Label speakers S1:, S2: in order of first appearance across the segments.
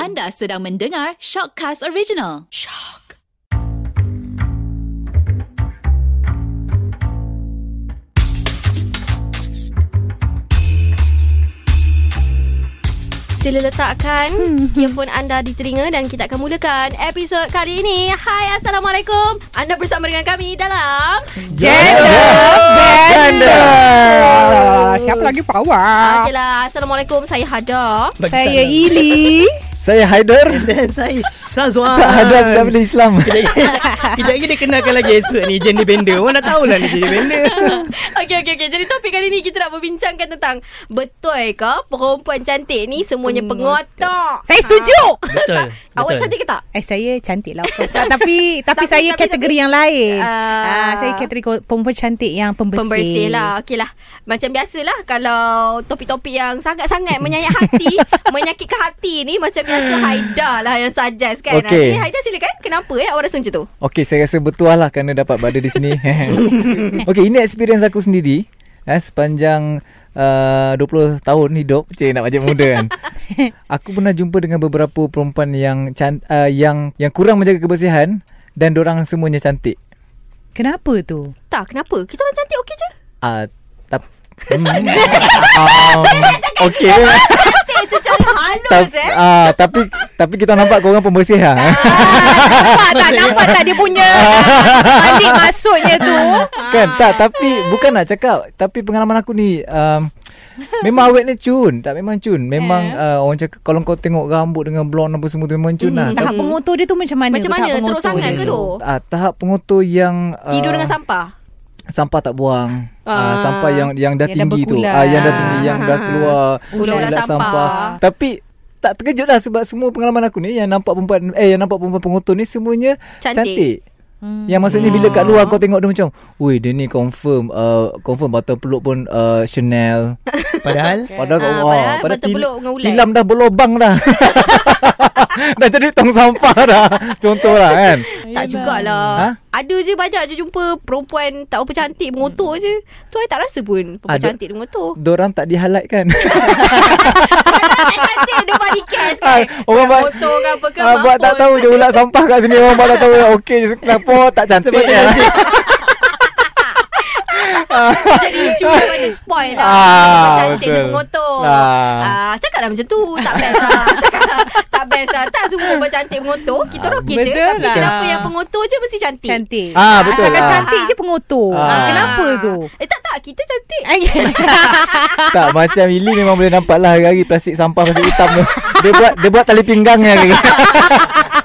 S1: Anda sedang mendengar Shockcast Original. Shock.
S2: Sila letakkan earphone anda di telinga dan kita akan mulakan episod kali ini. Hai, Assalamualaikum. Anda bersama dengan kami dalam...
S3: Gender Bender
S4: Siapa lagi
S2: Ah.
S4: power
S2: Okeylah, Assalamualaikum. Saya Hada.
S3: Saya Ili
S5: Saya Haider
S3: Dan saya Sazwan
S5: Tak ada sedap bila Islam
S3: Kejap lagi dia kenalkan lagi expert ni Gender bender Orang dah tahu lah ni gender bender
S2: Okey, okey, okey. Jadi topik kali ini kita nak berbincangkan tentang betul ke perempuan cantik ni semuanya pengotak?
S4: Saya setuju
S3: Betul
S2: Awak cantik ke tak?
S4: Ah. Eh saya cantik lah of course. Tak, Tapi Tapi saya
S2: tapi-
S4: kategori yang lain
S2: Ah.
S4: Ah, Saya kategori perempuan cantik yang pembersih
S2: Pembersih lah Okey lah Macam biasalah Kalau topik-topik yang Sangat-sangat menyayat hati Menyakitkan hati ni Macam biasa Haida lah Yang suggest kan
S5: Okey.
S2: Jadi Haida silakan Kenapa eh Awak rasa macam tu
S5: Okey saya rasa bertuah lah Kerana dapat berada di sini Okey ini experience aku sendiri eh, Sepanjang uh, 20 tahun hidup Cik nak macam muda kan Aku pernah jumpa dengan beberapa perempuan yang can, uh, yang yang kurang menjaga kebersihan Dan dorang semuanya cantik
S4: Kenapa tu?
S2: Tak kenapa Kita orang cantik okey je
S5: uh, tap, hmm, um, Okay
S2: Cantik secara
S5: tap,
S2: halus eh
S5: uh, Tapi Tapi kita nampak korang pembersih lah
S4: Nampak tak? Nampak tak dia punya Balik maksudnya tu
S5: Kan tak tapi bukan nak cakap tapi pengalaman aku ni um, memang awet ni cun tak memang cun memang yeah. uh, orang cakap kalau kau tengok rambut dengan blonde apa semua tu memang cun lah
S4: Hmm, Tahap kan pengotor dia tu macam mana?
S2: Macam
S4: tu tahap
S2: mana? Teruk
S4: pengotor
S2: sangat
S4: dia
S2: ke tu?
S5: Ah, tahap pengotor yang uh,
S2: Tidur dengan sampah
S5: sampah tak buang.
S2: Ah.
S5: Ah, sampah yang yang dah
S4: Yang dah
S5: tinggi tu.
S4: berkulat.
S5: Ah yang dah tinggi yang
S2: Ah,
S5: dah
S2: ah,
S5: keluar
S2: Ulat-ulat
S5: ulat
S2: sampah.
S5: Tapi tak terkejut lah sebab semua pengalaman aku ni yang nampak perempuan eh yang nampak perempuan pengotor ni semuanya
S2: Cantik. Hmm.
S5: cantik. cantik. Yang maksudnya bila kat luar kau tengok dia macam Ui dia ni confirm uh, Confirm batang peluk pun uh, Chanel
S3: Padahal
S5: Padahal
S2: Ah, padahal
S5: kau
S2: batang peluk dengan ulat.
S5: Tilam dah berlobang dah Dah jadi tong sampah dah Contoh lah kan
S2: Tak jugalah
S5: Ha?
S2: Ada je banyak je jumpa Perempuan tak apa cantik Mengotor je Tu saya tak rasa pun Perempuan
S5: Ada-
S2: cantik dia mengotor
S5: Diorang tak di-highlight kan
S2: Tak cantik dia body cast kan
S5: Ah, Orang buat
S2: Mengotor ke apa ke
S5: Ah, buat tak
S2: mampus.
S5: tahu je ulat sampah kat sini Orang buat tak tahu Okey je, kenapa tak cantik ya.
S2: Jadi cuma pada spoil lah
S5: Ah,
S2: Cantik dia
S5: betul.
S2: mengotor
S5: Ah.
S2: ah. Cakap lah macam tu Tak best lah Cakap lah Tak best lah Tak semua orang cantik mengotor Kita orang okey je
S4: betul
S2: Tapi
S4: lah.
S2: kenapa yang pengotor je Mesti cantik
S4: Cantik
S5: Ah, betul
S4: Asalkan
S5: lah.
S4: cantik je pengotor
S5: Ah. ya.
S4: Kenapa tu?
S2: Eh tak tak Kita cantik Ah,
S5: Tak macam Ili memang boleh nampak lah Hari-hari plastik sampah Plastik hitam tu Dia buat dia buat tali pinggangnya hari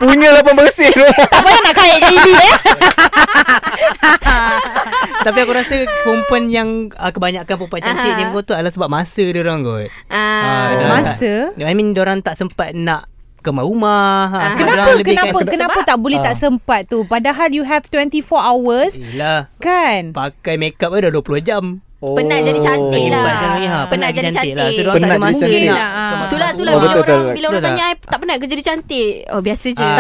S5: Punya lah pembersih tu
S4: Tak payah nak kaya dengan Ili eh
S3: Tapi aku rasa Perempuan yang uh, Kebanyakan perempuan cantik
S2: Aha.
S3: Yang kotor adalah sebab masa dia orang
S2: ah.
S3: kot
S5: ya.
S3: Ah, dah
S4: Masa?
S3: tak, I mean orang tak sempat nak Kemas rumah
S2: Ah.
S3: Ah,
S4: Kenapa
S3: dorang lebihkan-
S4: kenapa kenapa tak boleh
S5: Ah.
S4: tak sempat tu padahal you have 24 hours
S3: Yelah
S4: kan
S3: Pakai makeup dia dah 20 jam
S5: oh.
S2: Penat jadi cantik lah
S3: Penat jadi, ha,
S2: Penat
S3: penat
S2: jadi
S3: jadi
S2: cantik
S3: cantik lah. So, diorang
S5: tak ada masa
S4: mungkin
S5: nak-
S4: lah ah.
S2: Itulah itulah
S5: Oh,
S2: bila
S5: betul,
S2: orang
S5: betul. lah.
S2: bila orang
S3: Betul
S2: tanya I tak pernah ke jadi cantik. Oh biasa je.
S3: Ah,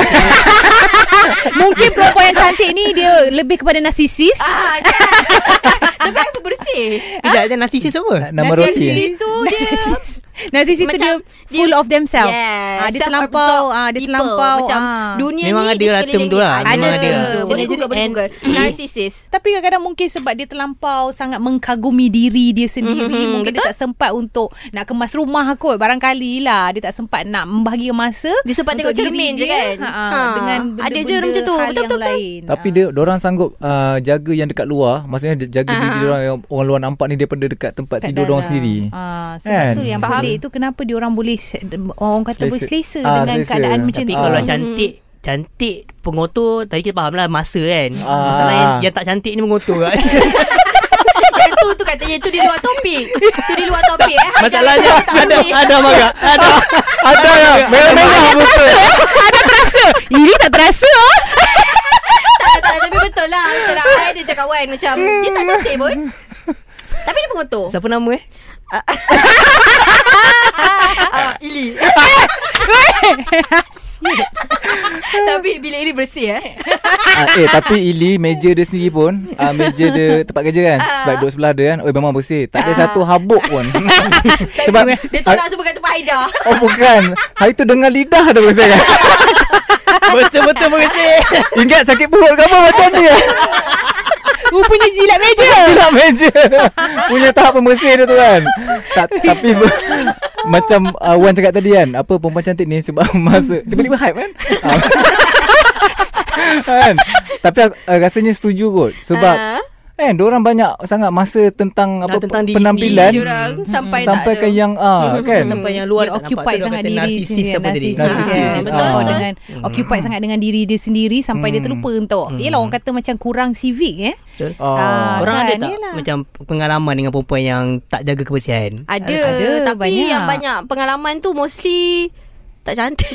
S4: Mungkin perempuan yang cantik ni dia lebih kepada narsisis.
S2: Ah, kan. Tapi aku bersih.
S3: Kejap je narsisis
S5: Nak-
S3: apa?
S5: Nama roti eh?
S2: Narcissist tu dia
S4: Narsisis. Narsisis tu
S2: Macam
S4: dia full
S2: dia-
S4: of themselves.
S2: Yes.
S4: Ah, dia
S2: Self-absorbed
S4: terlampau ah, dia
S2: people.
S4: terlampau
S2: Macam
S4: ah.
S2: dunia
S3: Memang
S2: ni
S3: ada
S2: di
S3: lah
S2: sekeliling
S3: term tu
S2: dia.
S3: lah.
S2: Ada.
S3: Memang ada.
S2: Boleh
S3: Jadi-
S2: google, boleh
S3: and-
S2: google. Narcissist.
S4: Tapi kadang-kadang mungkin sebab dia terlampau sangat mengkagumi diri dia sendiri.
S2: Mhm,
S4: Mm-hmm, mungkin betul? dia tak sempat untuk nak kemas rumah kot. Barangkali lah dia tak sempat nak membahagi masa.
S2: Dia sempat
S4: untuk
S2: tengok cermin
S4: diri
S2: je
S4: dia,
S2: kan? Ha,
S4: Ha, ha, dengan
S2: ada
S4: benda-benda
S2: je macam tu. Betul,
S4: hal yang
S2: betul, betul.
S4: lain.
S5: Tapi
S4: Ah.
S5: dia orang sanggup uh, jaga yang dekat luar, maksudnya dia jaga
S2: Ah.
S5: diri orang yang orang luar nampak ni daripada dekat tempat
S4: Kat
S5: tidur orang
S4: dalam.
S5: sendiri.
S4: Ah, sebab
S5: Kan?
S4: tu yang
S2: Faham?
S4: pelik tu kenapa dia orang boleh se- orang kata
S5: Selesa.
S4: boleh selesa
S5: Ah,
S4: dengan
S5: selesa.
S4: keadaan macam
S3: Tapi
S4: tu.
S3: kalau
S2: Hmm.
S5: Ah.
S3: cantik Cantik Pengotor Tadi kita faham lah Masa kan
S5: Ah.
S3: Masalah yang, yang tak cantik ni Pengotor kan
S2: Yang tu tu katanya tu di luar topik. Tu di luar topik eh.
S3: Masalahnya Ada Ada marah Ada
S5: Ada ya, merah-merah muka.
S4: Ini tak terasa.
S2: Tak, tak, tapi betul lah. Betul lah. I ada cakap Wan macam dia tak cantik pun. Tapi dia pengotor.
S3: Siapa nama eh
S2: Tapi bila bilik ni bersih eh.
S5: Ah, eh tapi Ili meja dia sendiri pun ah, Meja dia tempat kerja kan Sebab duduk sebelah dia kan Oh memang bersih Tak ada satu habuk pun Sebab
S2: Dia tolak semua kat tempat Aida.
S5: Oh bukan Hari tu dengar lidah dah bersih kan
S3: Betul-betul mengesih.
S5: Ingat sakit perut ke apa macam ni
S4: Rupanya jilat meja
S5: Silap meja Punya tahap pembersih dia tu kan tak, Tapi ber- Macam uh, Wan cakap tadi kan Apa perempuan cantik ni Sebab masa Tiba-tiba hype kan Ah. Kan Tapi aku, uh, rasanya setuju kot Sebab
S2: Ah.
S5: Kan diorang banyak sangat masa tentang
S3: Ah,
S5: apa
S3: tentang diri
S5: penampilan
S3: sendiri
S2: Diorang sampai tak
S5: sampai ke
S2: ada.
S5: yang ah kan
S3: Sampai yang luar
S4: Dia
S3: tak nampak
S4: occupied
S3: tu
S4: sangat
S3: orang kata
S4: diri
S3: Narsisis
S4: sendiri
S3: apa tadi
S4: Narsisis,
S5: Narsisis.
S4: yes.
S5: Betul,
S4: Ah.
S5: betul.
S4: dengan Occupied sangat dengan diri dia sendiri Sampai dia terlupa untuk Yelah orang kata macam kurang civic eh
S3: Betul.
S5: Ah.
S4: Ah.
S3: Korang ada
S4: kan,
S3: tak
S4: yelah.
S3: macam pengalaman dengan perempuan yang tak jaga kebersihan?
S2: Ada,
S4: Ada,
S2: Tapi
S4: banyak.
S2: yang banyak pengalaman tu mostly tak cantik.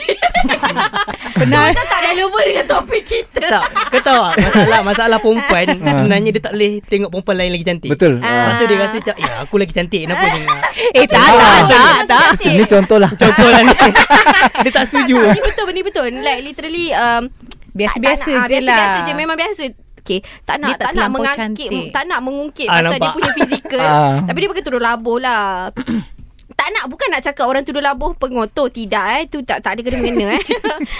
S4: Benar
S2: Kita tak relevan dengan topik kita.
S3: Tak, kau tahu tak? Masalah, masalah perempuan sebenarnya dia tak boleh tengok perempuan lain lagi cantik.
S5: Betul.
S3: Lepas tu dia rasa macam, ya aku lagi cantik. Kenapa ni?
S4: Eh tak tak tak, tak.
S5: Macam ni contoh lah
S3: Contoh lah ni. Dia tak setuju.
S2: Ini betul benda betul Like literally um,
S4: Biasa-biasa
S3: ah,
S2: tak- tak nak- ah,
S4: je lah.
S2: Biasa-biasa je Memang biasa Okay Tak nak
S4: Dia tak
S2: tak, nak
S4: terlampau
S2: mengangkit
S4: cantik.
S2: Tak nak mengungkit
S3: Ah,
S2: Pasal dia
S3: nampak.
S2: punya fizikal
S5: Ah.
S2: Tapi dia pakai tudung labuh lah Tak nak Bukan nak cakap orang tudung labuh Pengotor Tidak eh Itu tak, tak ada kena-mengena eh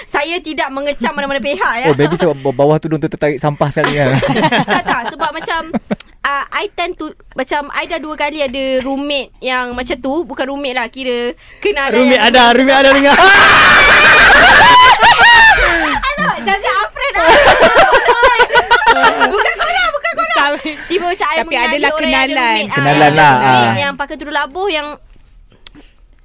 S2: Saya tidak mengecam mana-mana pihak ya
S5: Oh baby sebab bawah tudung tu tertarik sampah sekali kan
S2: tak tak sebab macam uh, I tend to macam I dah dua kali ada roommate yang macam tu bukan roommate lah kira kenalan
S3: Rumit
S2: yang-
S3: ada, rumit ada dengar.
S2: Alamak jangan Afred ah. Bukan korang Bukan korang Tiba macam I
S4: Tapi
S2: mengenali
S4: adalah
S2: orang yang ada roommate.
S4: kenalan.
S2: Ah,
S5: Kenalan
S2: yang ada
S5: lah,
S2: roommate
S5: ah.
S2: Yang pakai tudung labuh Yang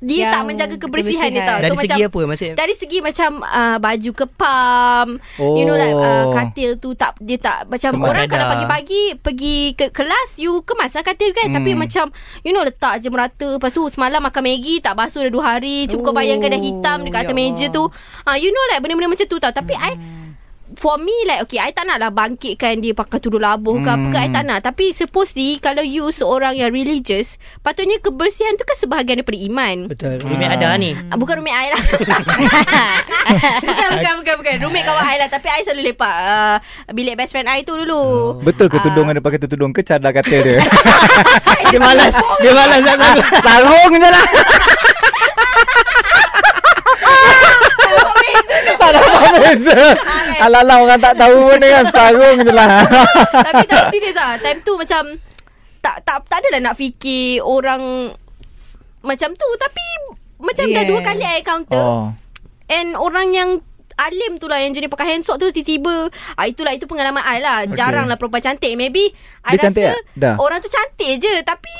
S2: Dia
S4: Yang
S2: tak menjaga kebersihan dia tau
S4: kebersihan.
S3: Dari segi
S2: macam,
S3: apa maksudnya?
S2: dari segi macam uh, baju kepam oh. you know like uh,
S5: Oh.
S2: katil tu tak dia tak macam
S3: Kemas
S2: orang kalau
S3: dadah.
S2: pagi-pagi pergi ke kelas you kemas lah katil kan hmm. tapi macam you know letak je merata lepas tu semalam makan Maggi tak basuh dah dua hari cuba kau
S4: Oh,
S2: bayangkan dah hitam dekat
S4: ya
S2: atas meja
S4: Allah.
S2: tu uh, you know like benda-benda macam tu tau tapi I For me like Okay I tak nak lah bangkitkan Dia pakai tudung labuh ke apa ke I tak nak Tapi supposedly Kalau you seorang yang religious Patutnya kebersihan tu kan Sebahagian daripada iman
S3: Betul. Rumit ada ni.
S2: Ah, Bukan roommate I lah Bukan bukan bukan bukan Roommate kawan I lah Tapi I selalu lepak uh, Bilik best friend I tu dulu
S5: Betul ke tudung ada pakai tu tudung ke cadar kata dia
S3: Dia malas. Dia malas nak sanggup.
S5: Sarung je lah
S2: Ah,
S5: Tak ada apa beza Alah-alah orang tak tahu pun dengan sarung je lah
S2: Tapi tak serius lah Time tu macam Tak tak tak adalah nak fikir Orang Macam tu Tapi Macam yeah. dah
S4: Yes.
S2: dua kali I counter
S5: Oh
S2: And orang yang Alim tu lah Yang jenis pakai handsock tu Tiba-tiba ah, Itulah itu pengalaman I lah okay. Jarang lah perempuan cantik Maybe I
S5: Dia
S2: rasa
S5: cantik tak? Dah.
S2: Orang tu cantik je Tapi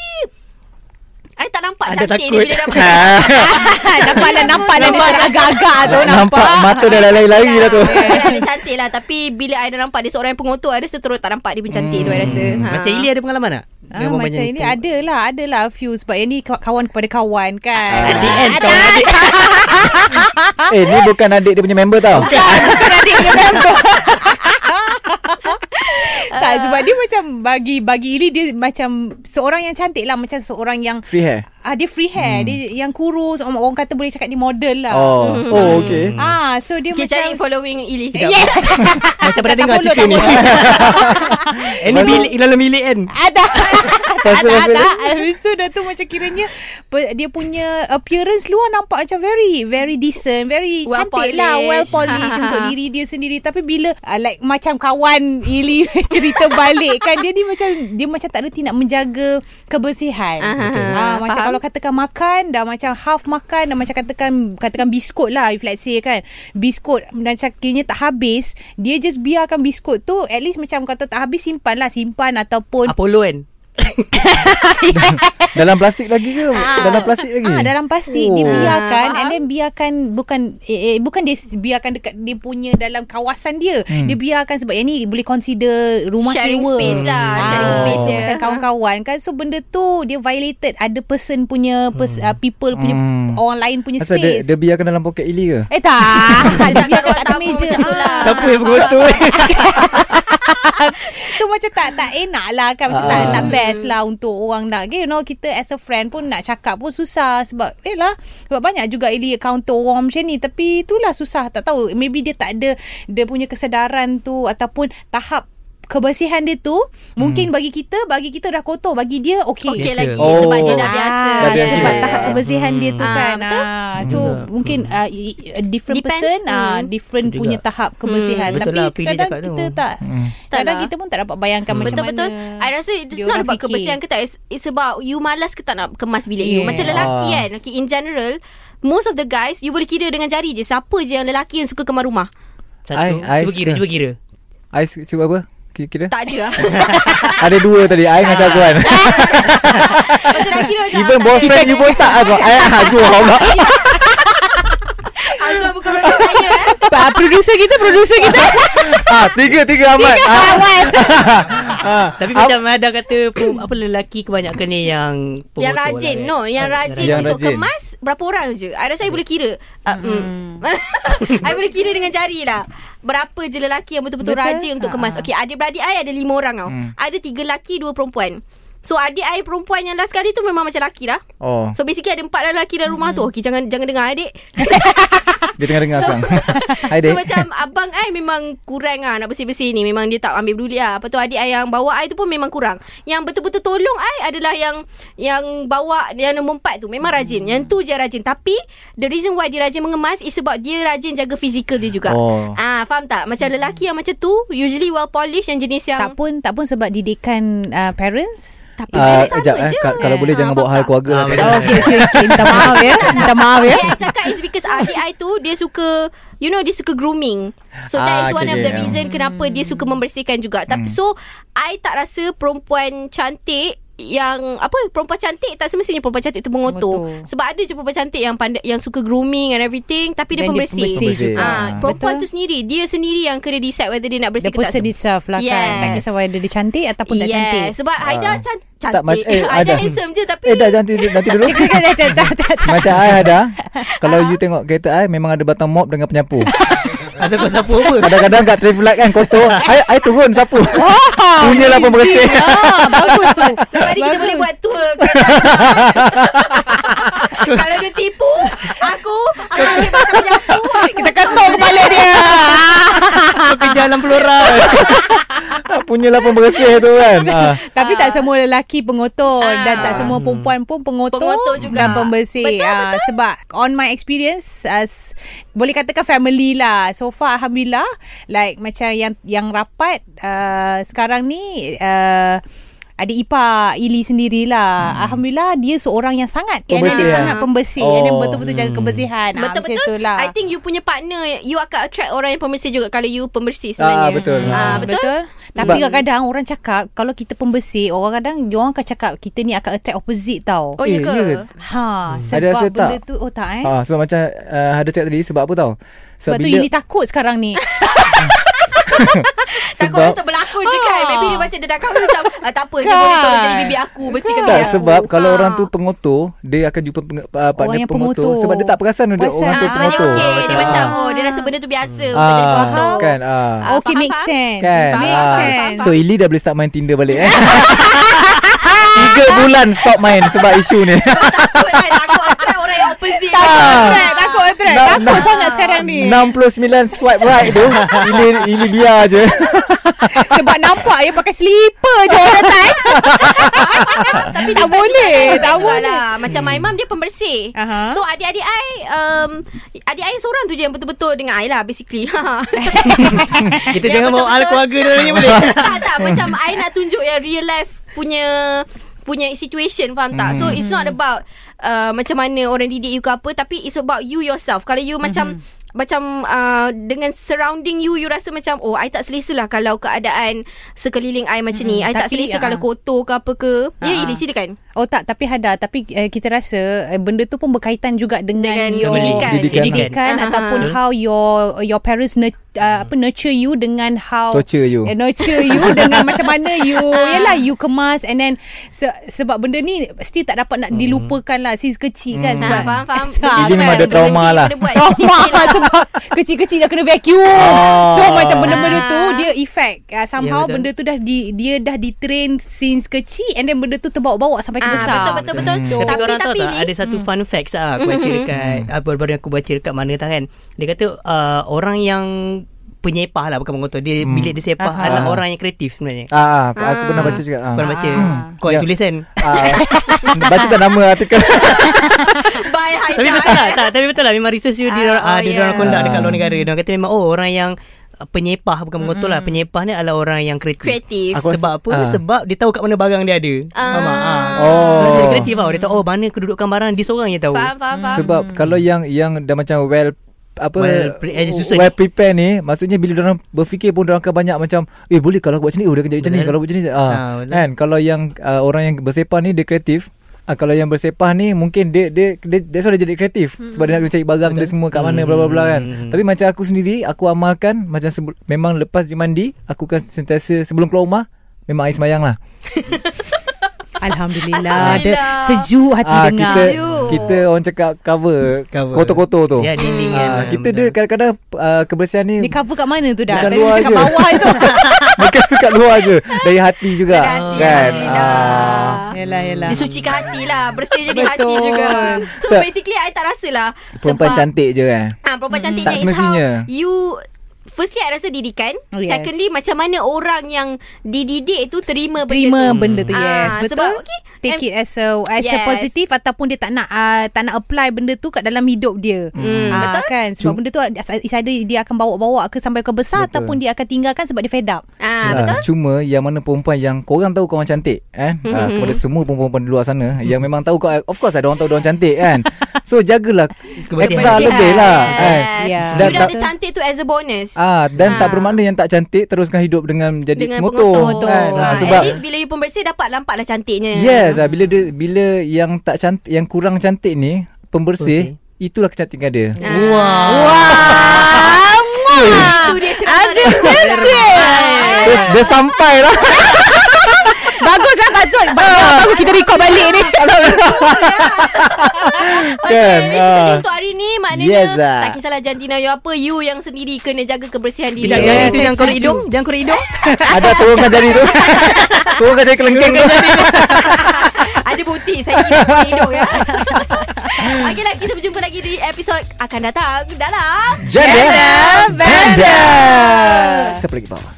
S2: I tak nampak
S3: Ada
S2: cantik
S3: takut.
S2: dia Bila dah
S4: Nampak lah Nampak lah Dia agak-agak tu
S5: Ha.
S4: Ya,
S5: Nampak mata dah lari-lari lah tu
S2: Yelah, Dia cantik lah Tapi bila I dah nampak Dia seorang yang pengotor I rasa terus tak nampak Dia pun cantik hmm. tu I rasa ha.
S3: Macam Ili ada pengalaman tak?
S4: Ah, macam ini ada lah Ada lah a few Sebab yang ni kaw- kawan kepada kawan
S3: At the
S4: kan
S3: end kawan adik.
S5: Eh ni bukan adik dia punya member tau
S4: Tak
S2: Ah.
S4: sebab dia macam Bagi bagi Ili dia macam Seorang yang cantik lah Macam seorang yang
S5: Free hair
S4: ah, Dia free hair Dia yang kurus orang, orang kata boleh cakap dia model lah
S5: Oh Oh okay
S4: Ah, So dia
S2: Dia
S4: macam
S2: cari following Ili
S4: Yeah
S3: Macam pernah
S4: Tak
S3: dengar
S4: follow,
S3: cerita
S4: tak
S3: ni. Eh ni bilik, dalam bilik kan?
S4: Ada
S5: Pasal-
S4: Ada
S5: pasal-
S4: ada Habis tu dah tu macam kiranya pe- Dia punya appearance luar nampak macam very Very decent Very
S2: Well
S4: well cantik lah
S2: polished.
S4: Well polished untuk diri dia sendiri Tapi bila uh, like macam kawan Ili cerita balik kan Dia ni macam Dia macam tak reti nak menjaga kebersihan
S2: Aha,
S4: Betul. Ah, Macam
S2: ha, faham.
S4: kalau katakan makan Dah macam half makan Dah macam katakan Katakan biskut lah If let's say kan Biskut macam kiranya tak habis Dia just biarkan biskut tu At least macam kata tak habis simpan lah Simpan ataupun
S3: Apollo kan?
S5: eh, Dalam plastik lagi ke Dalam plastik lagi
S4: Ah dalam plastik oh.
S5: Oh.
S4: dia biarkan
S2: Ah,
S4: and then biarkan bukan eh, eh, bukan dia s- biarkan dekat dia punya dalam kawasan dia. Hmm. Dia biarkan sebab yang ni boleh consider rumah
S2: Sharing
S4: sewa.
S2: space lah,
S5: Hmm.
S2: sharing
S5: space
S4: so
S5: dia.
S4: Macam kawan-kawan kan. So benda tu dia violated ada person punya pers, uh, people punya
S5: Hmm.
S4: orang lain punya
S5: Asal dia,
S4: space.
S5: dia biarkan dalam poket Ili ke
S4: eh tak.
S2: Dia
S4: dia
S2: tak
S4: biarkan
S2: kat
S4: kat
S2: ruang
S4: atas
S2: tamu
S4: meja. lah.
S2: macam tu lah.
S4: Ah.
S3: Siapa yang bergotor?
S4: So macam tak tak enak lah kan Macam tak
S5: Ah.
S4: tak best lah Untuk orang nak You know kita as a friend pun Nak cakap pun susah Sebab eh lah Sebab banyak juga Ili counter orang macam ni Tapi itulah susah Tak tahu Maybe dia tak ada Dia punya kesedaran tu Ataupun tahap kebersihan dia tu mungkin bagi kita bagi kita dah kotor bagi dia okey
S2: Okey
S3: Biasa.
S2: lagi
S5: Oh.
S2: sebab dia dah
S5: Ah,
S2: biasa.
S5: dah
S4: Ah,
S5: biasa.
S4: sebab
S5: Yes.
S4: tahap kebersihan dia tu
S2: Hmm.
S4: kan.
S2: Ah,
S4: Ah, so
S3: Betul.
S4: mungkin ah, i- i- a different
S2: Depends.
S4: person ah
S2: Hmm.
S4: different
S3: Betul
S4: punya
S3: juga.
S4: tahap kebersihan.
S3: Betul
S4: Tapi
S3: lah, apa yang dia
S4: kadang
S3: cakap tu.
S4: kita tak
S5: Hmm.
S4: kadang
S2: lah.
S4: kita pun tak dapat bayangkan macam mana.
S2: Betul-betul I rasa It's
S4: dia
S2: not
S4: orang
S2: about
S4: fikir.
S2: kebersihan ke tak It's, it's about You malas ke tak nak Kemas bilik yeah. you
S4: Yeah.
S2: Macam lelaki
S5: Ah.
S2: kan okay, In general Most of the guys You boleh kira dengan jari je Siapa je yang lelaki Yang suka kemas rumah
S3: Satu
S5: I- I
S3: Cuba kira
S5: suka.
S3: Cuba kira
S5: Ais cuba apa? Ki- Kira?
S2: Tak ada lah
S5: Ada dua tadi Ais dengan Azwan.
S2: Macam nak kira macam "Ah,
S5: Even boyfriend you pun tak Azwan. Ais Azwan pula.
S2: Azwan ah, lah bukan berkata saya eh.
S4: Pa, producer kita producer kita
S5: Ah, tiga tiga amat. Tiga
S4: kawan.
S5: Ah.
S3: Tapi macam ada kata pem- Apa lelaki kebanyakan ni yang pemotor
S2: Yang rajin
S3: lah,
S2: No
S3: kan?
S2: Yang
S3: Ah,
S2: rajin
S5: Yang
S2: Untuk
S5: rajin.
S2: kemas Berapa orang je I rasa I boleh kira uh, mm. I boleh kira dengan jari lah Berapa je lelaki Yang betul-betul
S4: Betul.
S2: rajin Untuk kemas
S4: Ha.
S2: Okay adik-beradik I ada lima orang tau
S5: Hmm.
S2: Ada tiga lelaki Dua perempuan So adik I perempuan Yang last kali tu Memang macam lelaki dah
S5: Oh,
S2: So basically ada empat lelaki dalam rumah tu Okay jangan jangan dengar adik
S5: dia tengah dengar sekarang. Hai
S2: So
S5: dek.
S2: macam abang I memang kurang lah Nak bersih-bersih ni Memang dia tak ambil peduli lah Lepas tu adik I yang bawa I tu pun memang kurang Yang betul-betul tolong I adalah yang Yang bawa yang nombor empat tu Memang
S5: Hmm.
S2: rajin Yang tu je rajin Tapi The reason why dia rajin mengemas Is sebab dia rajin jaga fizikal dia juga
S5: Oh.
S2: Ah, Faham tak? Macam lelaki yang macam tu Usually well polished Yang jenis yang
S4: tak pun tak pun sebab didikan ah, parents.
S2: Tapi
S5: Ah,
S2: sama
S5: sekejap eh.
S2: je.
S5: Ka- Kalau boleh
S2: Ah,
S5: jangan
S2: faham
S5: bawa hal
S2: tak?
S5: keluarga lah.
S3: Ah,
S5: kadang.
S3: betul.
S4: okey okey okey minta maaf ya. Minta
S5: Ha,
S4: maaf ya.
S2: Okay, I cakap is because adik I tu dia suka you know dia suka grooming. So
S5: Ah,
S2: that is one of the
S5: okay, okay, yeah. Hmm.
S2: reason kenapa dia suka
S4: Hmm.
S2: membersihkan juga. Tapi so I tak rasa perempuan cantik yang apa perempuan cantik tak semestinya perempuan cantik tu mengotor
S4: Mengotor.
S2: sebab ada je perempuan cantik yang pandai yang suka grooming and everything tapi dia
S4: Dan
S2: pembersih.
S5: Pembersih.
S4: juga.
S5: Ah,
S2: Ah, perempuan
S4: Betul.
S2: tu sendiri dia sendiri yang kena decide whether dia nak
S4: The
S2: bersih ke tak.
S4: person itself lah kan. Tak
S2: Yes.
S4: kisah whether dia cantik ataupun tak cantik.
S2: Sebab Haida
S5: Ah.
S2: can-
S5: Tak
S2: cantik.
S5: macam- eh,
S2: Haida
S5: Haida-
S2: handsome je tapi
S5: Eh dah jangan tidur, nanti dulu.
S4: Dia kata dia cantik.
S5: Macam I ada Kalau you tengok kereta I Memang ada batang mop dengan penyapu
S3: Asal kau sapu apa
S5: Kadang-kadang kat traffic light kan kotor I, I turun sapu
S4: Wah,
S5: Punyalah pembersih.
S4: Ah, bagus tu.
S2: Mari kita
S4: Bagus.
S2: boleh buat tour kereta. Kalau dia tipu Aku Aku ambil batang penyapu
S4: Kita ketuk kepala dia.
S3: Kau kejar dalam pelora
S5: Punya lah pembersih tu kan ah.
S4: Tapi tak semua lelaki pengotor
S2: Ah.
S4: dan tak semua
S5: Hmm.
S4: perempuan pun pengotor,
S2: Pengotor juga.
S4: dan
S2: Betul,
S4: pembersih. Ah, sebab on my experience as boleh katakan family lah. So far alhamdulillah like macam yang yang rapat uh, sekarang ni uh, Adik Ipa Ili sendirilah hmm. Alhamdulillah Dia seorang yang sangat And then
S5: Pembersih,
S4: dia
S5: eh?
S4: sangat pembersih oh. And then
S5: Oh.
S4: betul-betul jaga
S5: Hmm.
S4: kebersihan Ah, macam
S2: Betul-betul
S4: tu lah.
S2: I think you punya partner You akan attract orang yang pembersih juga Kalau you pembersih
S5: ah
S2: sebenarnya
S5: Betul
S2: Ah,
S5: ah.
S2: betul.
S4: Tapi
S5: Sebab-
S4: kadang-kadang orang cakap Kalau kita pembersih Orang kadang Dia orang akan cakap Kita ni akan attract opposite tau
S2: Oh ya
S5: Eh,
S2: ke
S5: ya ke?
S4: Ha, sebab
S5: Ada rasa
S4: benda
S5: tak?
S4: tu oh tak eh.
S5: Ah, sebab macam uh, Ada cakap tadi Sebab apa tau
S4: sebab tu Ili takut sekarang ni.
S2: Takut orang tu berlakon je kan
S4: Ah.
S2: Maybe dia baca dia dah kahwin macam ah, Tak apa Dia
S4: Kan.
S2: boleh tolong jadi bibi aku Bersihkan
S5: tak,
S2: bibi aku
S5: sebab kalau
S2: Ah.
S5: orang tu pengotor Dia akan jumpa peng, uh, partner
S4: yang
S5: pengotor.
S4: pengotor.
S5: Sebab dia tak perasan dia
S4: Perasan.
S5: Orang tu
S2: Ah, dia
S5: pengotor
S2: okay Dia
S3: Ah.
S2: macam Oh dia rasa benda tu biasa Untuk jadi
S5: ah,
S2: foto
S5: Kan ah.
S2: Ah,
S4: okay,
S2: faham,
S4: make
S2: faham.
S4: sense.
S5: Kan
S4: Make
S5: ah.
S4: sense.
S5: So Ili dah boleh start main Tinder balik eh Tiga bulan stop main Sebab isu ni
S2: Takut kan Takut attract orang yang opposite
S4: attract, takut attract.
S5: Nak-
S4: ya. takut
S5: nak-
S4: sangat sekarang ni.
S5: 69 swipe right tu Ili, Ili biar je
S4: Sebab nampak dia pakai slipper je eh. all the time.
S2: Tapi dia
S4: Tak boleh,
S2: juga-
S4: tak
S2: juga
S4: boleh.
S2: lah. Macam my mum dia pembersih
S4: Aha.
S2: So adik-adik I um, Adik I seorang tu je Yang betul-betul dengan I lah Basically
S3: Kita
S2: Yang
S3: jangan bawa hal
S2: betul-betul-
S3: keluarga dalamnya boleh
S2: Tak tak Macam I nak tunjuk yang real life Punya punya situation faham tak
S4: Hmm.
S2: so it's not about uh, macam mana orang didik you ke apa tapi it's about you yourself kalau you macam
S4: Hmm.
S2: macam uh, dengan surrounding you you rasa macam oh I tak selesa lah kalau keadaan sekeliling I macam ni I tak
S4: Tapi,
S2: selesa
S4: ah.
S2: kalau kotor ke apa ke ya
S4: Ah,
S2: Ili
S4: ah.
S2: silakan
S4: Oh tak tapi hada tapi uh, kita rasa uh, benda tu pun berkaitan juga dengan,
S2: Dengan
S4: your
S2: pendidikan. lah.
S5: Pendidikan.
S2: Aha.
S4: pendidikan
S2: Hmm.
S4: ataupun how your your parents nurt, uh, apa nurture you dengan how
S5: Torture you.
S4: eh, nurture you dengan macam mana you
S2: Ah.
S4: yalah you kemas and then se- sebab benda ni still tak dapat nak dilupakan lah since kecil
S2: Ah,
S4: kan sebab
S2: Hmm. faham faham.
S4: Ah,
S5: Jadi memang ada
S2: Benda
S5: trauma
S2: kecil
S5: lah.
S2: kena buat.
S4: Trauma
S2: Disiplin lah.
S4: Kecil-kecil dah kena vacuum
S5: Ah.
S4: So macam benda-benda tu
S2: Ah. Ya,
S4: Dia effect uh, Somehow
S3: betul.
S4: yeah, benda tu dah di, Dia dah ditrain Since kecil And then benda tu terbawa-bawa Sampai ke
S2: Ah,
S4: besar Hmm.
S2: betul betul betul.
S3: So,
S2: Tapi
S3: orang tahu
S2: tapi
S3: tak
S2: ni Hmm.
S3: ada satu fun facts ah aku baca dekat ah, baru-baru ni aku baca dekat mana tak kan. Dia kata ah, orang yang penyepah lah bukan pengotor dia
S5: Hmm.
S3: bilik dia sepah
S4: Aha.
S3: adalah orang yang kreatif sebenarnya.
S5: Ah, ah, aku pernah baca juga. Ah.
S3: Pernah baca. Kau
S5: Ya.
S3: tulis kan?
S5: Ah, baca tak nama artikel.
S2: Bye Haida.
S3: Tapi betul lah tak, Tapi betul lah Memang research tu Dia
S2: Ya. Ah,
S3: orang ah, Dia
S2: yeah.
S3: orang conduct
S5: Ah.
S3: Dekat luar negara Dia orang kata memang Oh orang yang ah, Penyepah Bukan mengotor lah Penyepah ni adalah orang yang kreatif
S2: Hmm. Kreatif.
S5: Aku
S3: Aku Sebab
S5: rasa-
S3: apa
S5: ah.
S3: Sebab dia tahu kat mana barang dia ada
S2: Ah.
S3: Faham tak? ah.
S5: Oh.
S3: So dia ada kreatif tau Dia tahu oh mana kedudukan barang Dia seorang je tahu
S2: Faham faham faham.
S5: Sebab kalau yang yang dah macam well apa
S3: Hmm. Well pre- eh, susah
S5: well
S3: ni.
S5: prepare ni maksudnya bila orang berfikir pun orang akan banyak macam eh boleh kalau aku buat macam ni oh, dia akan jadi macam ni
S3: Betul.
S5: kalau buat macam ni ah
S3: Ah, betul.
S5: kan kalau yang ah, orang yang bersepah ni dia kreatif ah, kalau yang bersepah ni mungkin dia dia, dia that's why dia jadi kreatif sebab dia nak cari barang dia semua kat mana bla bla bla kan
S3: Hmm.
S5: tapi macam aku sendiri aku amalkan macam sebel- memang lepas dia mandi aku kan sentiasa sebelum keluar rumah memang air semayang lah
S4: Alhamdulillah, Ada
S2: Alhamdulillah.
S4: Sejuk hati
S5: ah,
S4: dengar
S5: kita,
S2: Sejuk.
S5: kita orang cakap cover,
S3: Cover.
S5: kotor-kotor tu
S3: Ya dinding kan
S5: Ah,
S3: Ah,
S5: kita
S3: betul.
S5: dia kadang-kadang ah, kebersihan ni
S4: Ni cover kat mana tu dah
S5: Bukan
S4: Tadi
S5: luar
S4: cakap
S5: je.
S4: bawah tu
S5: Bukan dekat luar je Dari hati juga
S2: Dari hati,
S5: kan?
S2: lah. Alhamdulillah.
S5: Ah.
S4: Yelah yelah
S2: Disucikan hati lah Bersih jadi hati
S4: Betul.
S2: juga So
S5: Tak.
S2: basically I tak rasa lah
S5: Perempuan
S2: sebab-
S5: cantik je kan
S2: Ah, perempuan cantiknya
S5: Tak
S2: is
S5: semestinya.
S2: how you Firstly, I rasa didikan.
S4: Oh,
S2: Yes.
S4: yes.
S2: Secondly, macam mana orang yang dididik tu terima,
S4: terima
S2: benda tu.
S4: benda tu
S2: Hmm.
S4: yes
S2: Ah,
S4: betul
S2: sebab, okay,
S4: take
S2: and-
S4: it as a as yes. a
S2: Yes.
S4: positive ataupun dia tak nak uh, tak nak apply benda tu kat dalam hidup dia
S2: Hmm,
S4: Ah,
S2: betul.
S4: kan sebab
S5: Cuma-
S4: benda tu is either dia akan bawa-bawa ke sampai ke besar
S5: Betul.
S4: ataupun dia akan tinggalkan sebab dia fed up
S2: Ah,
S5: Ah,
S2: betul.
S5: Cuma yang mana perempuan yang korang tahu korang cantik eh? Mm-hmm. Ah, kepada semua perempuan-perempuan di luar sana Yang memang tahu kau Of course ada orang tahu orang cantik kan So jagalah Extra
S3: Kebersihan.
S5: lebih lah kan?
S2: Yes.
S4: Yeah.
S2: You
S5: Dan-
S2: dah
S5: dan-
S2: ada cantik tu as a bonus.
S5: Ah, Dan tak
S2: Ah.
S5: bermakna yang tak cantik Teruskan hidup dengan jadi
S2: dengan
S5: pengotor,
S2: pengotor.
S5: kan? Ah,
S2: Ah,
S5: Sebab
S2: at least bila you pun bersih, dapat nampaklah cantiknya.
S5: Yes, ah, bila dia bila yang tak cantik yang kurang cantik ni pembersih itulah kecantikan dia.
S2: Ah.
S3: Wah
S4: wow
S2: Itu dia cerita.
S5: Terus dia sampai lah.
S4: baguslah patut bagus kita record balik ni
S5: kan.
S2: Okay, itu
S5: ah.
S2: saja untuk hari ni Maknanya
S5: Yes, ah.
S2: Tak kisahlah jantina you apa You yang sendiri kena jaga kebersihan diri
S3: Tidak
S5: Yes.
S3: yes.
S5: Yes.
S3: itu Jangan korek hidung Jangan korek hidung
S5: Ada turunkan jari tu Turunkan jari kelengkeng tu
S2: Ada bukti Saya kira korek hidung ya Okeylah kita berjumpa lagi di episod lah. akan datang dalam
S5: Janda Benda Saya pergi bawah